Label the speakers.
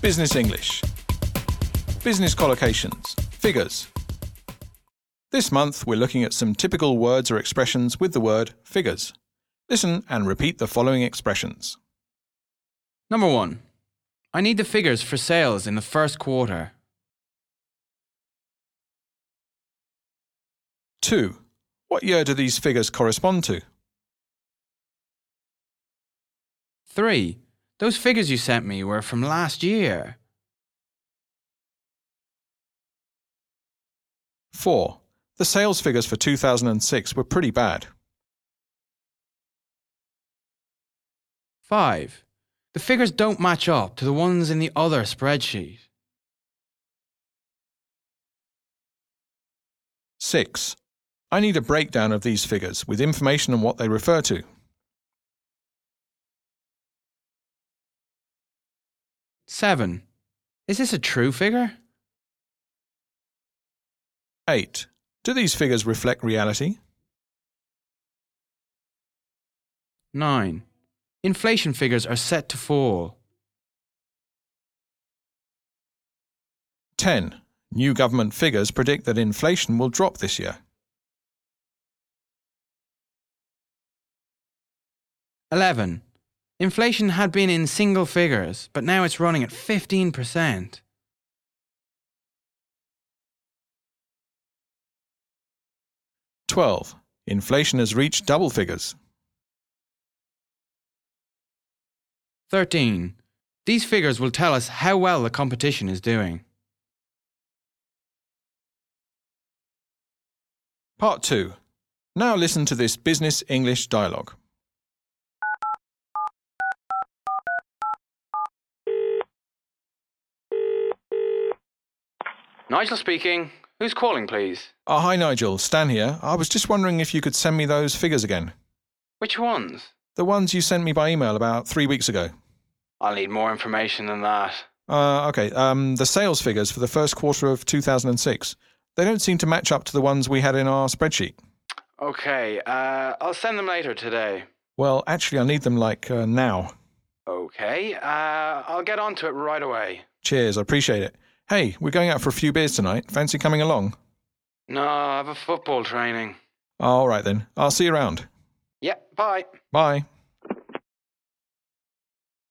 Speaker 1: Business English. Business collocations, figures. This month we're looking at some typical words or expressions with the word figures. Listen and repeat the following expressions.
Speaker 2: Number one, I need the figures for sales in the first quarter.
Speaker 1: 2. What year do these figures correspond to?
Speaker 2: Three, those figures you sent me were from last year.
Speaker 1: 4. The sales figures for 2006 were pretty bad.
Speaker 2: Five, the figures don't match up to the ones in the other spreadsheet.
Speaker 1: 6. I need a breakdown of these figures with information on what they refer to.
Speaker 2: Seven, is this a true figure?
Speaker 1: 8. Do these figures reflect reality?
Speaker 2: Nine, inflation figures are set to fall.
Speaker 1: 10. New government figures predict that inflation will drop this year.
Speaker 2: Eleven, inflation had been in single figures, but now it's running at 15%.
Speaker 1: 12. Inflation has reached double figures.
Speaker 2: Thirteen, these figures will tell us how well the competition is doing.
Speaker 1: Part 2. Now listen to this business English dialogue.
Speaker 2: Nigel speaking. Who's calling, please?
Speaker 1: Oh, hi Nigel, Stan here. I was just wondering if you could send me those figures again.
Speaker 2: Which ones?
Speaker 1: The ones you sent me by email about three weeks ago.
Speaker 2: I'll need more information than that.
Speaker 1: Uh, okay, um, the sales figures for the first quarter of 2006. They don't seem to match up to the ones we had in our spreadsheet.
Speaker 2: Okay, uh, I'll send them later today.
Speaker 1: Well, actually, I need them like uh, now.
Speaker 2: Okay, uh, I'll get onto it right away.
Speaker 1: Cheers, I appreciate it. Hey, we're going out for a few beers tonight. Fancy coming along?
Speaker 2: No, I have a football training.
Speaker 1: All right then. I'll see you around.
Speaker 2: Yep, bye.
Speaker 1: Bye.